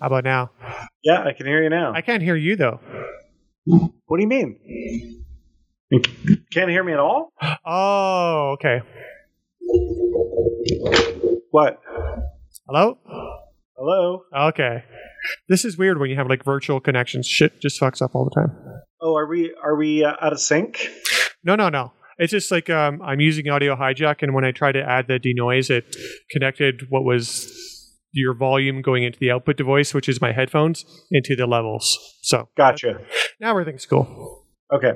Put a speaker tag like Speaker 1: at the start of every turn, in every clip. Speaker 1: How about now?
Speaker 2: Yeah, I can hear you now.
Speaker 1: I can't hear you though.
Speaker 2: what do you mean? You can't hear me at all?
Speaker 1: Oh, okay.
Speaker 2: What?
Speaker 1: Hello?
Speaker 2: Hello?
Speaker 1: Okay. This is weird when you have like virtual connections. Shit just fucks up all the time.
Speaker 2: Oh, are we are we uh, out of sync?
Speaker 1: No, no, no. It's just like um, I'm using Audio Hijack, and when I tried to add the denoise, it connected what was your volume going into the output device, which is my headphones, into the levels. So
Speaker 2: Gotcha.
Speaker 1: now everything's cool.
Speaker 2: Okay.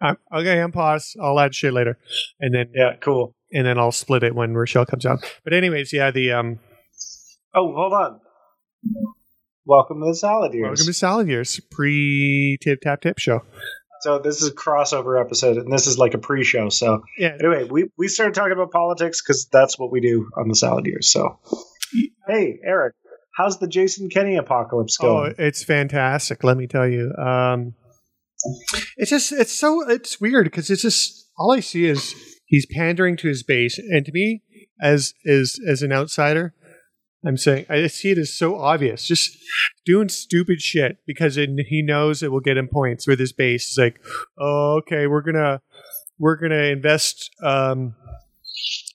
Speaker 1: I'm, okay, I'm paused. I'll add shit later, and then
Speaker 2: Yeah, cool.
Speaker 1: and then I'll split it when Rochelle comes out. But anyways, yeah, the um,
Speaker 2: Oh, hold on. Welcome to the Salad Years.
Speaker 1: welcome to Salad Years pre Tip Tap Tip show.
Speaker 2: so this is a crossover episode, and this is like a pre-show. So
Speaker 1: Yeah,
Speaker 2: anyway, we, we started talking about politics because that's what we do on the Salad Years. So hey, Eric, how's the Jason Kenny apocalypse
Speaker 1: Oh,
Speaker 2: going?
Speaker 1: it's fantastic. Let me tell you. Um, it's just it's so it's weird because it's just all I see is he's pandering to his base, and to me, as as as an outsider, I'm saying I see it as so obvious, just doing stupid shit because it, he knows it will get him points with his base. It's like, oh, okay, we're gonna we're gonna invest. Um,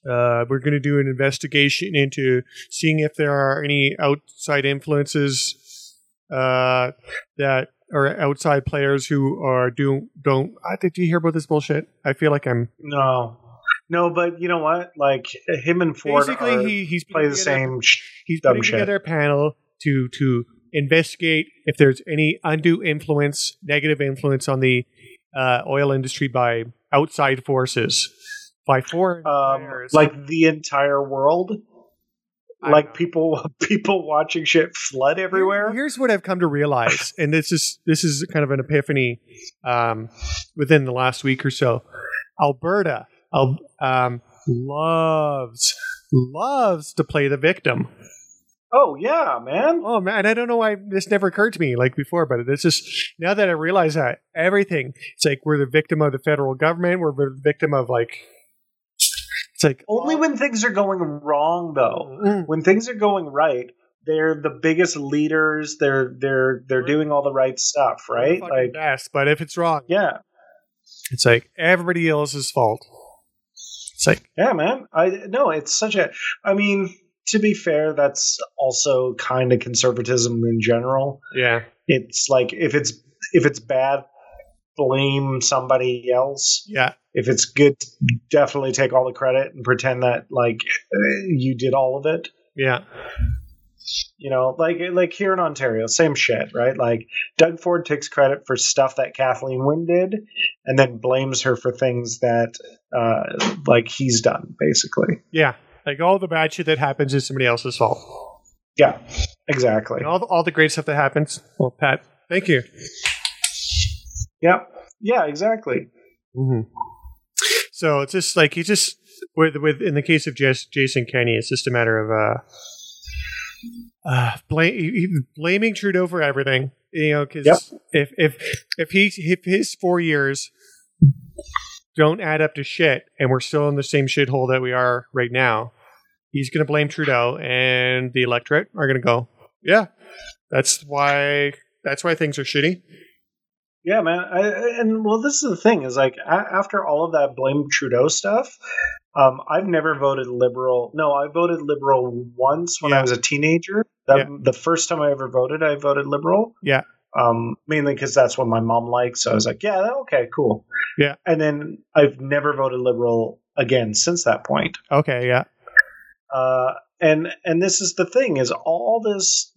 Speaker 1: uh, we're going to do an investigation into seeing if there are any outside influences uh, that are outside players who are do don't. I did you hear about this bullshit? I feel like I'm
Speaker 2: no, no, but you know what? Like him and Ford
Speaker 1: basically
Speaker 2: are-
Speaker 1: he, he's
Speaker 2: play
Speaker 1: putting
Speaker 2: the
Speaker 1: together-
Speaker 2: same. Sh-
Speaker 1: He's
Speaker 2: dumb
Speaker 1: putting
Speaker 2: shit.
Speaker 1: together a panel to to investigate if there's any undue influence, negative influence on the uh, oil industry by outside forces, by foreign
Speaker 2: um,
Speaker 1: players.
Speaker 2: like the entire world,
Speaker 1: I
Speaker 2: like
Speaker 1: don't know.
Speaker 2: people people watching shit flood everywhere.
Speaker 1: Here- Here's what I've come to realize, and this is this is kind of an epiphany um, within the last week or so. Alberta Al- um, loves loves to play the victim.
Speaker 2: Oh yeah, man.
Speaker 1: Oh man, I don't know why this never occurred to me like before, but it's just now that I realize that everything it's like we're the victim of the federal government, we're the victim of like it's like
Speaker 2: Only when things are going wrong, though.
Speaker 1: Mm.
Speaker 2: When things are going right, they're the biggest leaders. They're they're they're doing all the right stuff, right?
Speaker 1: Fucking
Speaker 2: Like,
Speaker 1: best, but if it's wrong,
Speaker 2: yeah,
Speaker 1: it's like everybody else's fault. It's like
Speaker 2: yeah, man. I no, it's such a. I mean, to be fair, that's also kind of conservatism in general.
Speaker 1: yeah,
Speaker 2: It's like if it's if it's bad, blame somebody else.
Speaker 1: yeah.
Speaker 2: If it's good, definitely take all the credit and pretend that like you did all of it.
Speaker 1: Yeah.
Speaker 2: you know like like here in ontario same shit right like doug ford takes credit for stuff that kathleen wynne did and then blames her for things that uh like he's done basically
Speaker 1: Yeah. Like all the bad shit that happens is somebody else's fault.
Speaker 2: yeah exactly
Speaker 1: And all the, all the great stuff that happens. Well, Pat, thank you.
Speaker 2: yeah yeah exactly
Speaker 1: Mm-hmm. So it's just like he just with with in the case of Jas Jason Kenny, it's just a matter of uh, uh blame, blaming Trudeau for everything. You know, because
Speaker 2: Yep.
Speaker 1: if if if he if his four years don't add up to shit, and we're still in the same shithole that we are right now, he's going to blame Trudeau, and the electorate are going to go, yeah, that's why that's why things are shitty.
Speaker 2: yeah man I, I- and well this is the thing is like a- after all of that blame trudeau stuff um, I've never voted liberal. No, I voted liberal once when
Speaker 1: Yeah.
Speaker 2: I was a teenager. That,
Speaker 1: Yeah.
Speaker 2: The first time I ever voted, I voted liberal.
Speaker 1: Yeah.
Speaker 2: Um, mainly because that's what my mom liked. So I was like, yeah, okay, cool.
Speaker 1: Yeah.
Speaker 2: And then I've never voted liberal again since that point.
Speaker 1: Okay, yeah,
Speaker 2: Uh, and and this is the thing is all this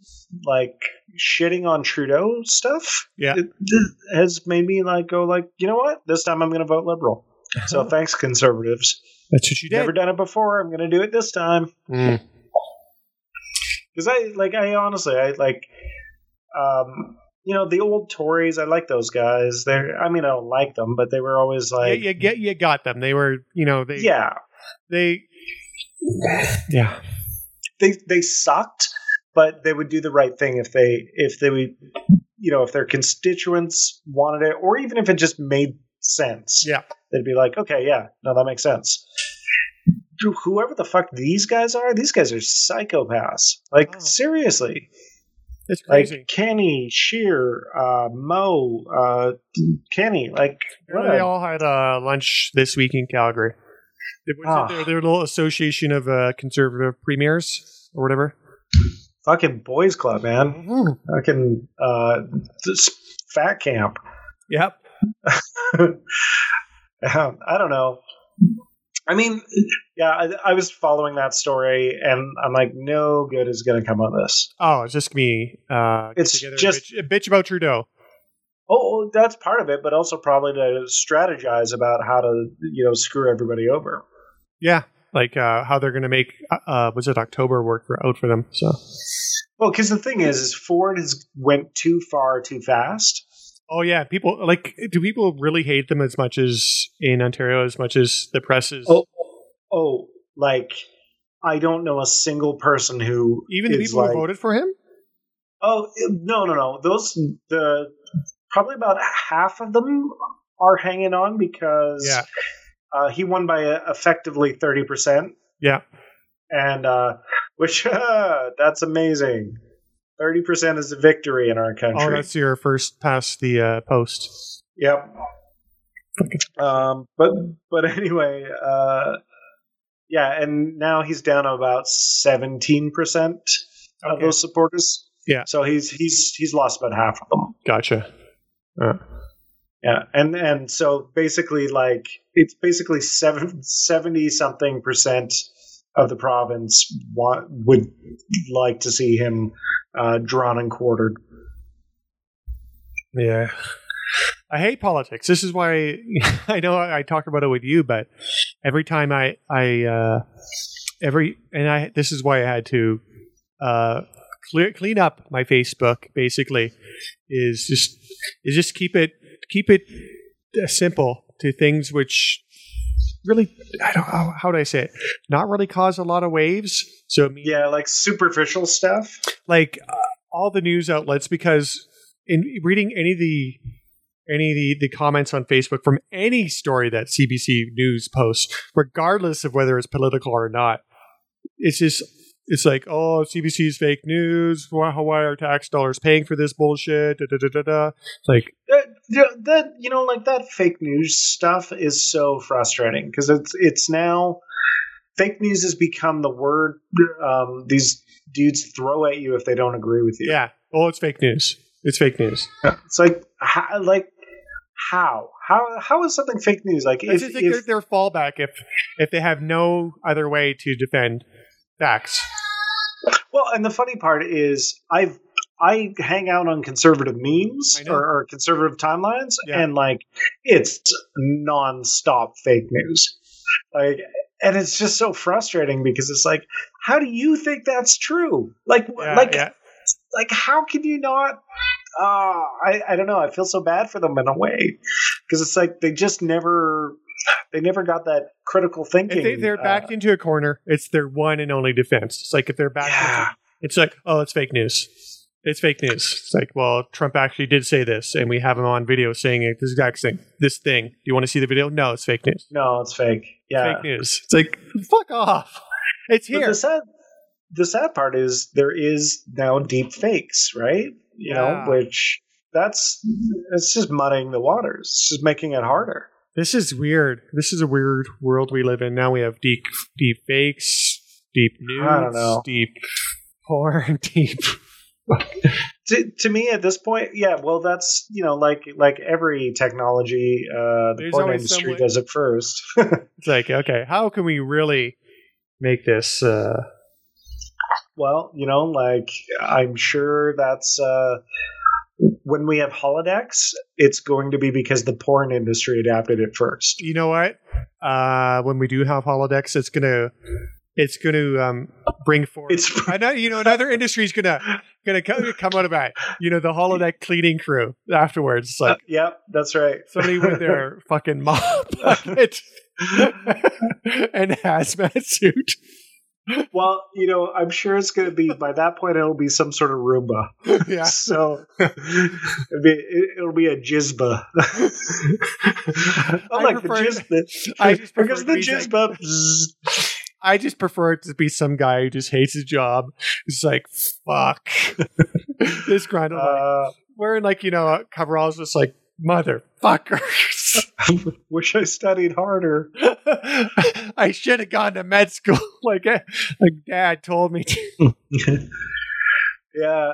Speaker 2: like shitting on Trudeau stuff
Speaker 1: Yeah.
Speaker 2: it- it has made me like go like you know what this time I'm going to vote liberal. So thanks conservatives.
Speaker 1: that's what Uh-huh. you did.
Speaker 2: Never done it before. I'm going to do it this time
Speaker 1: Mm.
Speaker 2: because I like I honestly I like um you know the old Tories I like those guys they're I mean I don't like them but they were always
Speaker 1: Yeah,
Speaker 2: like
Speaker 1: you get you got them. They were, you know, they
Speaker 2: yeah
Speaker 1: they yeah
Speaker 2: they they sucked but they would do the right thing if they if they would you know if their constituents wanted it or even if it just made sense
Speaker 1: Yeah.
Speaker 2: they'd be like okay yeah no that makes sense Wh- whoever the fuck these guys are these guys are psychopaths like
Speaker 1: Oh.
Speaker 2: seriously
Speaker 1: It's crazy.
Speaker 2: Like Kenny, Sheer, uh, Mo, uh, Kenny, like what
Speaker 1: they
Speaker 2: a-
Speaker 1: all had uh, lunch this week in Calgary. They went
Speaker 2: Ah.
Speaker 1: to their, their little association of uh, conservative premiers or whatever.
Speaker 2: fucking boys club, man.
Speaker 1: Mm-hmm.
Speaker 2: Fucking uh, this fat camp.
Speaker 1: Yep.
Speaker 2: Um, I don't know. I mean, yeah, I, I was following that story, and I'm like, no good is going to come of this.
Speaker 1: Oh, it's just me. Uh,
Speaker 2: It's
Speaker 1: together,
Speaker 2: just-
Speaker 1: bitch, a bitch about Trudeau.
Speaker 2: Oh, that's part of it, but also probably to strategize about how to, you know, screw everybody over.
Speaker 1: Yeah, like uh, how they're going to make uh, uh, was it October work for out for them. So.
Speaker 2: Well, because the thing is, is Ford has went too far too fast.
Speaker 1: Oh yeah, people like. Do people really hate them as much as in Ontario as much as the press is?
Speaker 2: Oh, oh, like I don't know a single person who
Speaker 1: Even the
Speaker 2: is
Speaker 1: people
Speaker 2: like-
Speaker 1: who voted for him.
Speaker 2: Oh no, no, no. Those the probably about half of them are hanging on because
Speaker 1: Yeah.
Speaker 2: uh, he won by uh, effectively thirty percent.
Speaker 1: Yeah.
Speaker 2: and uh, which uh, that's amazing. Thirty percent is a victory in our country.
Speaker 1: Oh, that's your first past the uh, post.
Speaker 2: Yep.
Speaker 1: Fucking
Speaker 2: Um, but but anyway, uh, yeah, and now he's down about seventeen percent of
Speaker 1: Okay.
Speaker 2: those supporters.
Speaker 1: Yeah.
Speaker 2: So he's he's he's lost about half of them.
Speaker 1: Gotcha. Uh,
Speaker 2: Yeah, and and so basically, like it's basically seven, 70 something percent of the province want, would like to see him uh, drawn and quartered.
Speaker 1: yeah. I hate politics. This is why I know I I talk about it with you, but every time I, I, uh, every, and I, this is why I had to, uh, clear, clean up my Facebook basically is just, is just keep it, keep it uh, simple to things which really, I don't, how, how do I say it? Not really cause a lot of waves. So it means
Speaker 2: Yeah, like superficial stuff.
Speaker 1: like uh, all the news outlets because in reading any of the any of the, the comments on Facebook from any story that CBC News posts, regardless of whether it's political or not, it's just it's like oh CBC is fake news. Why, why are tax dollars paying for this bullshit? Da, da, da, da, da. It's like
Speaker 2: That, that- that you know, like that fake news stuff is so frustrating because it's it's now fake news has become the word um, these dudes throw at you if they don't agree with you.
Speaker 1: yeah, oh it's fake news. It's fake news.
Speaker 2: It's like how, like how how how is something fake news? Like
Speaker 1: It's
Speaker 2: if,
Speaker 1: just like
Speaker 2: if
Speaker 1: their, their fallback if if they have no other way to defend facts.
Speaker 2: well, and the funny part is I've I hang out on conservative memes
Speaker 1: I know.
Speaker 2: or, or conservative timelines,
Speaker 1: Yeah.
Speaker 2: and like it's nonstop fake news, like. And it's just so frustrating because it's like, how do you think that's true? Like,
Speaker 1: Yeah,
Speaker 2: like,
Speaker 1: yeah.
Speaker 2: like, how can you not? Uh, I, I don't know. I feel so bad for them in a way because it's like they just never, they never got that critical thinking.
Speaker 1: If they, they're
Speaker 2: uh,
Speaker 1: backed into a corner, it's their one and only defense. It's like if they're backed,
Speaker 2: Yeah.
Speaker 1: into, it's like, oh, it's fake news. It's fake news. It's like, well, Trump actually did say this, and we have him on video saying it, this exact thing. This thing. Do you want to see the video? No, it's fake news.
Speaker 2: No, it's fake. Yeah.
Speaker 1: Fake news. It's like, fuck off. It's
Speaker 2: But
Speaker 1: here.
Speaker 2: the sad the sad part is there is now deep fakes, right? You know,
Speaker 1: Yeah.
Speaker 2: which that's it's just muddying the waters. It's just making it harder.
Speaker 1: This is weird. This is a weird world we live in. Now we have deep, deep fakes, deep news,
Speaker 2: I don't know.
Speaker 1: deep porn, deep.
Speaker 2: To, to me at this point, yeah, well that's you know, like like every technology, uh the
Speaker 1: There's
Speaker 2: porn
Speaker 1: always some
Speaker 2: industry
Speaker 1: way-
Speaker 2: does it first.
Speaker 1: It's like, okay, how can we really make this? Uh,
Speaker 2: well, you know, like I'm sure that's uh when we have holodecks, it's going to be because the porn industry adapted it first.
Speaker 1: you know what? Uh, when we do have holodecks, it's gonna it's gonna um, bring forth.
Speaker 2: It's
Speaker 1: I know you know another industry's gonna gonna come, come out of that. You know the holodeck cleaning crew afterwards. It's like
Speaker 2: yep, that's right.
Speaker 1: somebody with their fucking mop bucket and hazmat suit.
Speaker 2: Well, you know, I'm sure it's going to be by that point. It'll be some sort of Roomba.
Speaker 1: yeah,
Speaker 2: So it'll be, it- it'll be a Jizba. I
Speaker 1: I
Speaker 2: like the
Speaker 1: prefer-
Speaker 2: Jizba
Speaker 1: I just prefer
Speaker 2: because
Speaker 1: it to
Speaker 2: the
Speaker 1: be like-
Speaker 2: Jizba. bzzz.
Speaker 1: I just prefer it to be some guy who just hates his job. It's like fuck. this grind, like,
Speaker 2: Uh,
Speaker 1: wearing like you know coveralls, just like motherfuckers.
Speaker 2: wish I studied harder.
Speaker 1: I should have gone to med school. like, eh, like dad told me to.
Speaker 2: yeah.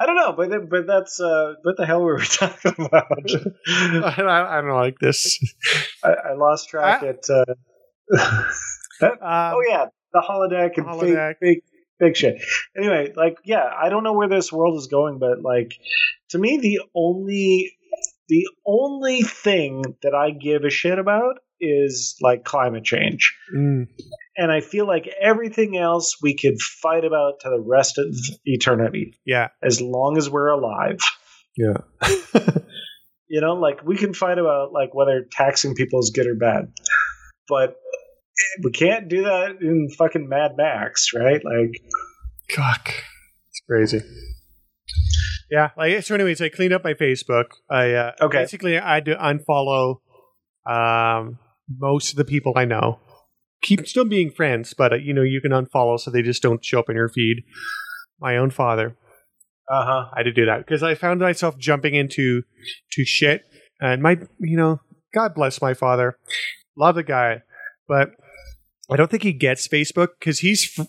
Speaker 2: I don't know, but th- but that's uh, what the hell were we talking about?
Speaker 1: I, I don't like this.
Speaker 2: I, I lost track
Speaker 1: I-
Speaker 2: at. Uh,
Speaker 1: Um,
Speaker 2: oh yeah, the holodeck and
Speaker 1: Holodeck.
Speaker 2: Fake, fake fake shit. Anyway, like yeah, I don't know where this world is going, but like to me, the only the only thing that I give a shit about is like climate change.
Speaker 1: Mm.
Speaker 2: and I feel like everything else we could fight about to the rest of eternity
Speaker 1: yeah.
Speaker 2: as long as we're alive.
Speaker 1: Yeah.
Speaker 2: You know, like we can fight about like whether taxing people is good or bad, but we can't do that in fucking Mad Max, right? Like,
Speaker 1: Fuck. It's crazy. Yeah. Like so. Anyways, I cleaned up my Facebook. I uh,
Speaker 2: Okay.
Speaker 1: Basically, I had to unfollow um, most of the people I know. Keep still being friends, but uh, you know you can unfollow so they just don't show up in your feed. My own father.
Speaker 2: uh huh.
Speaker 1: I had to do that because I found myself jumping into to shit. And my, you know, God bless my father, love the guy, but I don't think he gets Facebook because he's f-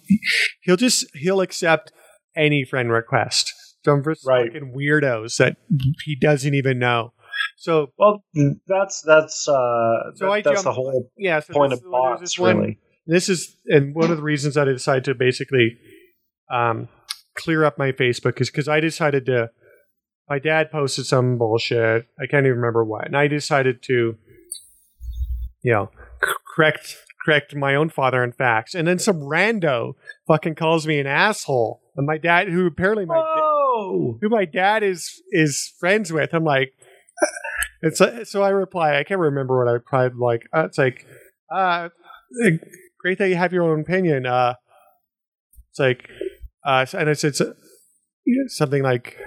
Speaker 1: he'll just he'll accept any friend request from just
Speaker 2: Right.
Speaker 1: fucking weirdos that he doesn't even know. So
Speaker 2: Well, that's that's uh,
Speaker 1: So
Speaker 2: that-
Speaker 1: I
Speaker 2: that's the
Speaker 1: jumped-
Speaker 2: whole
Speaker 1: yeah, so
Speaker 2: point
Speaker 1: this-
Speaker 2: of
Speaker 1: there's
Speaker 2: bots,
Speaker 1: this one-
Speaker 2: really.
Speaker 1: this is and one of the reasons that I decided to basically um, clear up my Facebook is because I decided to. My dad posted some bullshit. I can't even remember what, and I decided to, you know, c- correct correct my own father in facts. And then some rando fucking calls me an asshole, and my dad, who apparently my da-
Speaker 2: Oh,
Speaker 1: who my dad is is friends with. I'm like, and so, so I reply. I can't remember what I replied. Like uh, it's like, uh, great that you have your own opinion. Uh, it's like, uh, and I said so- something like,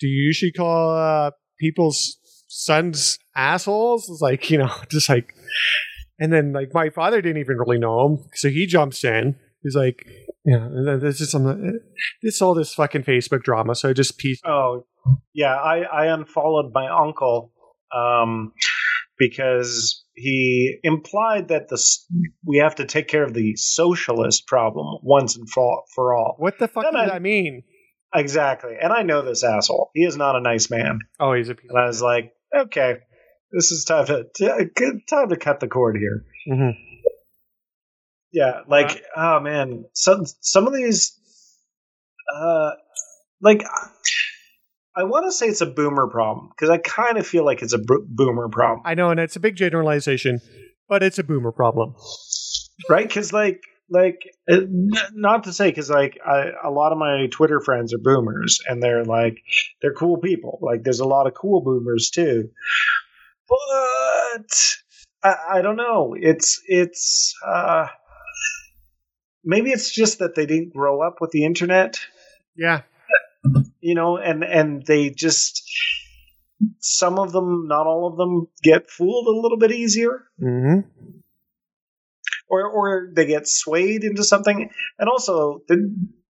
Speaker 1: do you usually call uh, people's sons assholes? It's like you know, just like, and then like my father didn't even really know him, so he jumps in. He's like, yeah, and then this is some, uh, this all this fucking Facebook drama. So I just pieced
Speaker 2: Oh, yeah. I, I unfollowed my uncle um, because he implied that the s- we have to take care of the socialist problem once and for, for all.
Speaker 1: What the fuck
Speaker 2: No,
Speaker 1: does
Speaker 2: no.
Speaker 1: that mean?
Speaker 2: Exactly. And I know this asshole. He is not a nice man.
Speaker 1: Oh, he's a piece.
Speaker 2: And I was like, okay, this is time to t- good- time to cut the cord here.
Speaker 1: Mhm.
Speaker 2: Yeah, like oh man, some some of these, uh, like I want to say it's a boomer problem because I kind of feel like it's a bo- boomer problem,
Speaker 1: I know, and it's a big generalization, but it's a boomer problem.
Speaker 2: right? Because like like uh, n- not to say because like I, a lot of my Twitter friends are boomers and they're like they're cool people. Like there's a lot of cool boomers too, but I, I don't know. It's it's. uh Maybe it's just that they didn't grow up with the internet.
Speaker 1: Yeah.
Speaker 2: you know and and they just some of them not all of them get fooled a little bit easier
Speaker 1: Mm-hmm.
Speaker 2: or or they get swayed into something and also the,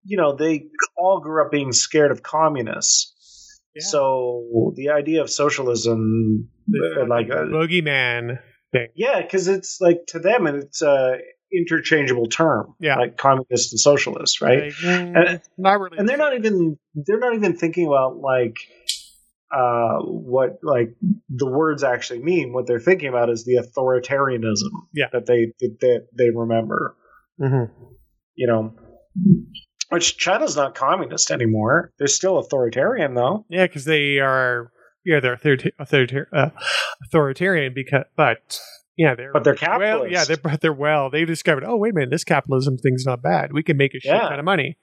Speaker 2: you know they all grew up being scared of communists
Speaker 1: Yeah.
Speaker 2: so the idea of socialism uh, like uh,
Speaker 1: Boogeyman thing.
Speaker 2: yeah because it's like to them and it's a interchangeable term
Speaker 1: Yeah.
Speaker 2: like communist and socialist right
Speaker 1: Like, mm,
Speaker 2: And-
Speaker 1: not really.
Speaker 2: and they're not even they're not even thinking about like uh what like the words actually mean what they're thinking about is the authoritarianism
Speaker 1: Yeah.
Speaker 2: that they that, that they remember
Speaker 1: Mhm.
Speaker 2: you know which china's not communist anymore they're still authoritarian though
Speaker 1: Yeah, because they are. Yeah, they're authorita- authorita- uh, authoritarian because, but yeah, they're
Speaker 2: but they're capitalist
Speaker 1: well, yeah, they're but they're well. They've discovered. Oh, wait a minute, this capitalism thing's not bad. We can make a shit
Speaker 2: Yeah.
Speaker 1: ton of money.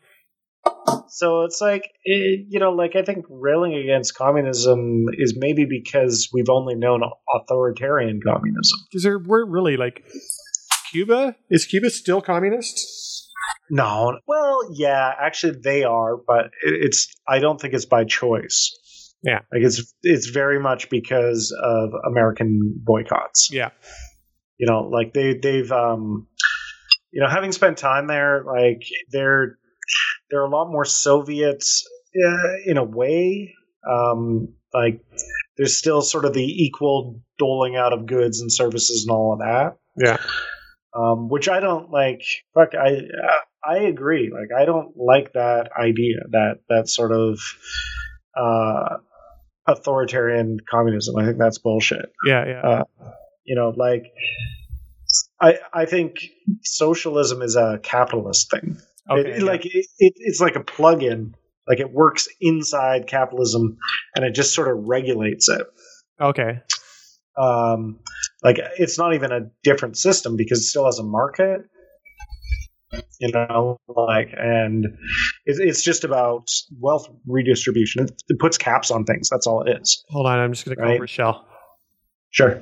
Speaker 2: so it's like eh, you know like i think railing against communism is maybe because we've only known authoritarian communism
Speaker 1: Because there we're really like Cuba. Is Cuba still communist?
Speaker 2: No. Well, yeah, actually they are, but it- it's I don't think it's by choice.
Speaker 1: Yeah.
Speaker 2: Like it's it's very much because of American boycotts.
Speaker 1: Yeah.
Speaker 2: You know, like they they've um you know, having spent time there, like they're they're a lot more Soviet uh, in a way. Um, like there's still sort of the equal doling out of goods and services and all of that.
Speaker 1: Yeah.
Speaker 2: Um, which I don't like. Fuck, I I agree. Like I don't like that idea. That that sort of uh, authoritarian communism. I think that's bullshit.
Speaker 1: Yeah, yeah.
Speaker 2: Uh, you know, like I I think socialism is a capitalist thing.
Speaker 1: Okay,
Speaker 2: It-
Speaker 1: yeah.
Speaker 2: Like it, it, it's like a plug-in. Like it works inside capitalism, and it just sort of regulates it.
Speaker 1: okay.
Speaker 2: Um, like it's not even a different system because it still has a market. You know, like, and it's, it's just about wealth redistribution. It, it puts caps on things. That's all it is.
Speaker 1: Hold on, I'm just going to call
Speaker 2: Right.
Speaker 1: Rochelle.
Speaker 2: Sure.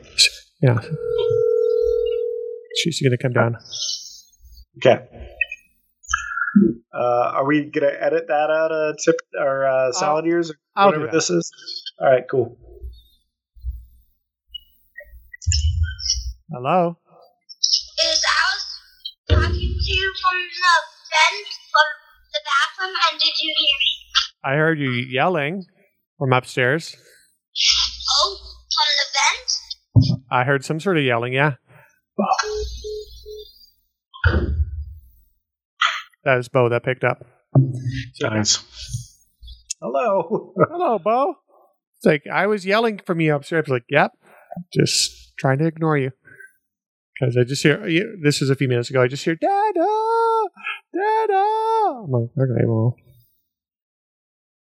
Speaker 1: Yeah. She's going to come down.
Speaker 2: Okay. Uh, are we gonna edit that out of tip or uh, salad ears or
Speaker 1: I'll do
Speaker 2: whatever
Speaker 1: that.
Speaker 2: this is? All right, cool.
Speaker 1: Hello.
Speaker 3: is I was talking to you from the vent of the bathroom, and did you hear me?
Speaker 1: I heard you yelling from upstairs.
Speaker 3: Oh, from the vent?
Speaker 1: I heard some sort of yelling. Yeah. That was Bo that picked up.
Speaker 2: Nice. Hello.
Speaker 1: Hello, Bo. It's like I was yelling from you upstairs. I was like, "Yep, just trying to ignore you." Because I just hear yeah, this was a few minutes ago. I just hear Dada, Dada. I'm like, okay, well,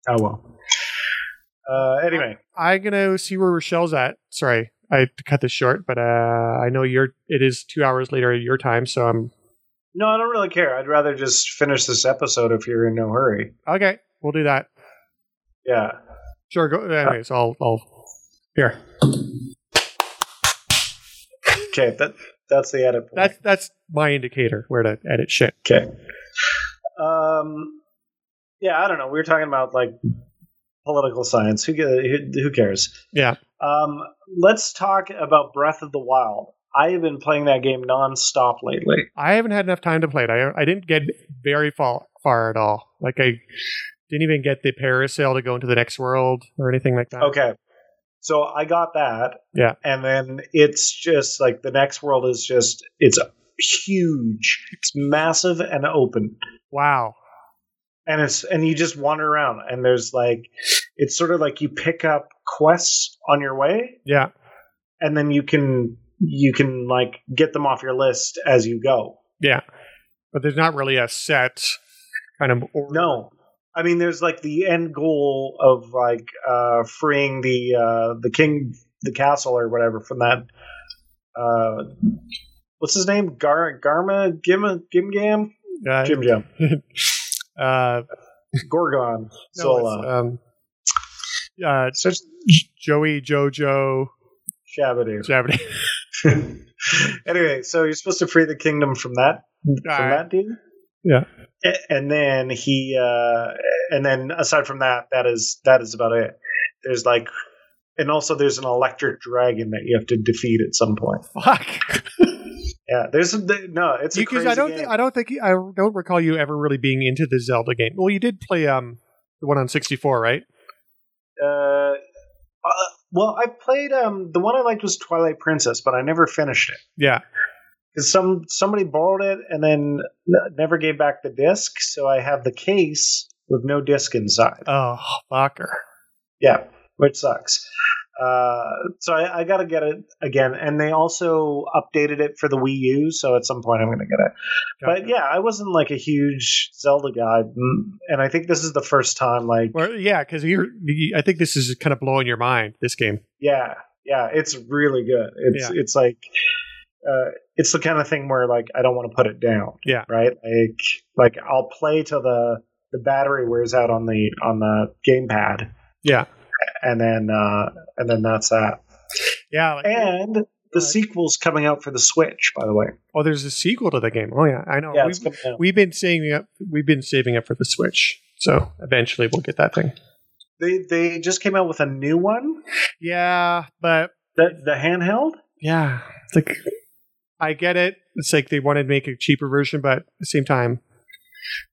Speaker 2: oh well. Uh, anyway,
Speaker 1: I'm gonna see where Rochelle's at. Sorry, I had to cut this short, but uh, I know you're. It is two hours later your time, so I'm
Speaker 2: no, I don't really care. I'd rather just finish this episode if you're in no hurry.
Speaker 1: okay. We'll do that.
Speaker 2: Yeah.
Speaker 1: Sure. Go,
Speaker 2: Uh,
Speaker 1: anyways, I'll. I'll here.
Speaker 2: Okay. That that's the edit point.
Speaker 1: That's that's my indicator where to edit shit.
Speaker 2: Okay. Um, yeah, I don't know. We were talking about like political science. Who, ca- who who cares?
Speaker 1: Yeah.
Speaker 2: Um, let's talk about Breath of the Wild. I have been playing that game nonstop lately.
Speaker 1: I haven't had enough time to play it. I I didn't get very far far at all. Like I didn't even get the parasail to go into the next world or anything like that.
Speaker 2: Okay. So I got that.
Speaker 1: Yeah.
Speaker 2: And then it's just like the next world is just it's huge. It's massive and open.
Speaker 1: Wow.
Speaker 2: and it's and you just wander around and there's like it's sort of like you pick up quests on your way
Speaker 1: Yeah.
Speaker 2: and then you can you can like get them off your list as you go
Speaker 1: Yeah. But there's not really a set kind of order.
Speaker 2: no i mean there's like the end goal of like uh freeing the uh the king the castle or whatever from that uh what's his name gar garma gimma gim gam
Speaker 1: Uh,
Speaker 2: jim jam
Speaker 1: uh,
Speaker 2: gorgon
Speaker 1: no, it's,
Speaker 2: zola
Speaker 1: um, uh,
Speaker 2: such
Speaker 1: Joey Jojo
Speaker 2: shabadoo
Speaker 1: Jeopardy.
Speaker 2: anyway, so you're supposed to free the kingdom from that from
Speaker 1: Alright.
Speaker 2: that dude.
Speaker 1: Yeah.
Speaker 2: A- And then he, uh, and then aside from that, that is that is about it. There's like, and also there's an electric dragon that you have to defeat at some point.
Speaker 1: Fuck.
Speaker 2: Yeah, there's a, no, it's a
Speaker 1: Because
Speaker 2: crazy
Speaker 1: I don't
Speaker 2: game.
Speaker 1: think I don't think I don't recall you ever really being into the Zelda game. Well, you did play um the one on 64, right?
Speaker 2: uh, uh, well, I played um the one I liked was Twilight Princess, but I never finished it
Speaker 1: Yeah.
Speaker 2: because some somebody borrowed it and then n- never gave back the disc, so I have the case with no disc inside.
Speaker 1: Oh, fucker.
Speaker 2: Yeah, which sucks. Uh, so I, I got to get it again. And they also updated it for the Wii U, so at some point I'm going to get it. But yeah, I wasn't like a huge Zelda guy, m- and I think this is the first time. Like,
Speaker 1: Well, yeah, because you're. you- I think this is kind of blowing your mind. This game.
Speaker 2: yeah, yeah, it's really good. It's
Speaker 1: Yeah.
Speaker 2: it's like. Uh, it's the kind of thing where like I don't want to put it down.
Speaker 1: Yeah.
Speaker 2: Right. Like like I'll play till the the battery wears out on the on the gamepad,
Speaker 1: Yeah,
Speaker 2: and then uh, and then that's that.
Speaker 1: yeah. like-
Speaker 2: And the
Speaker 1: Right.
Speaker 2: sequel's coming out for the Switch, by the way.
Speaker 1: oh, there's a sequel to the game. Oh yeah, I know.
Speaker 2: Yeah, it's
Speaker 1: we've,
Speaker 2: coming out.
Speaker 1: we've been saving up. We've been saving up for the Switch, so eventually we'll get that thing.
Speaker 2: They they just came out with a new one.
Speaker 1: Yeah, but
Speaker 2: The the handheld.
Speaker 1: yeah, it's like I get it. It's like they wanted to make a cheaper version, but at the same time,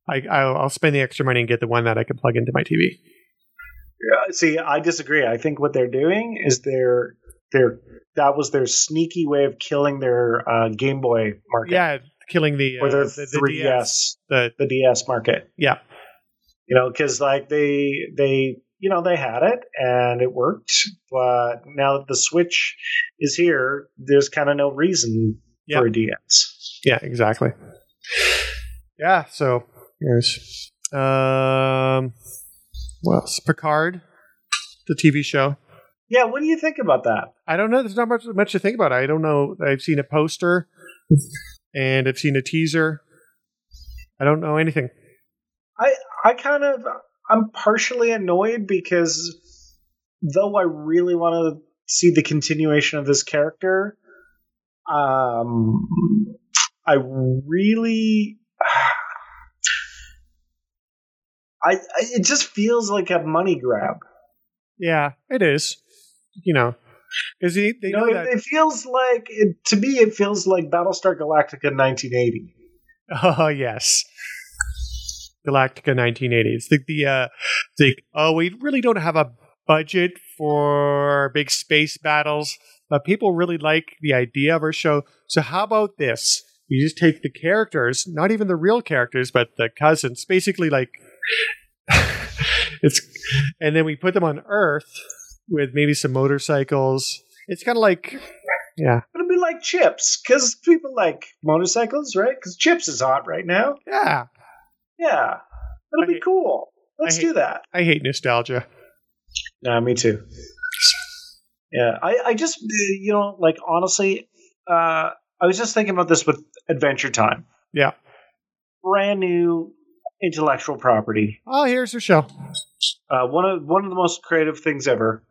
Speaker 1: I, I'll, I'll spend the extra money and get the one that I can plug into my TV.
Speaker 2: Uh, See, I disagree. I think what they're doing is they're they're that was their sneaky way of killing their uh, Game Boy market
Speaker 1: Yeah, killing the uh,
Speaker 2: or their
Speaker 1: the, the
Speaker 2: 3DS,
Speaker 1: DS. The
Speaker 2: the DS market.
Speaker 1: yeah,
Speaker 2: You know, because like they they you know they had it and it worked, but now that the Switch is here, there's kind of no reason
Speaker 1: Yeah.
Speaker 2: for a DS.
Speaker 1: yeah, exactly. Yeah, so there's um, what else? Picard, the TV show.
Speaker 2: Yeah, what do you think about that?
Speaker 1: I don't know. There's not much much to think about. I don't know. I've seen a poster, and I've seen a teaser. I don't know anything.
Speaker 2: I kind of I'm partially annoyed because though I really want to see the continuation of this character, um, I really. I, I it just feels like a money grab.
Speaker 1: Yeah, it is. You know, because they, they
Speaker 2: You
Speaker 1: know,
Speaker 2: know, it,
Speaker 1: that.
Speaker 2: it feels like it, to me it feels like Battlestar Galactica 1980.
Speaker 1: Oh yes, Galactica 1980. It's the the uh, the oh we really don't have a budget for big space battles, but people really like the idea of our show. So how about this? You just take the characters, not even the real characters, but the cousins, basically like it's, and then we put them on Earth with maybe some motorcycles. It's kind of like yeah,
Speaker 2: It'll be like Chips because people like motorcycles, right? Because Chips is hot right now.
Speaker 1: yeah.
Speaker 2: Yeah, that'll
Speaker 1: I-
Speaker 2: be cool. Let's
Speaker 1: I-
Speaker 2: do that.
Speaker 1: I hate nostalgia.
Speaker 2: Nah, me too. Yeah, I, I just, uh, you know, like honestly, uh, I was just thinking about this with Adventure Time.
Speaker 1: Yeah.
Speaker 2: Brand new intellectual property.
Speaker 1: Oh, here's the show.
Speaker 2: Uh, one of one of the most creative things ever.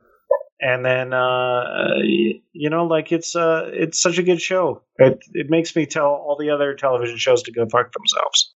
Speaker 2: And then, uh, y- you know, like it's uh, it's such a good show. It it makes me tell all the other television shows to go fuck themselves.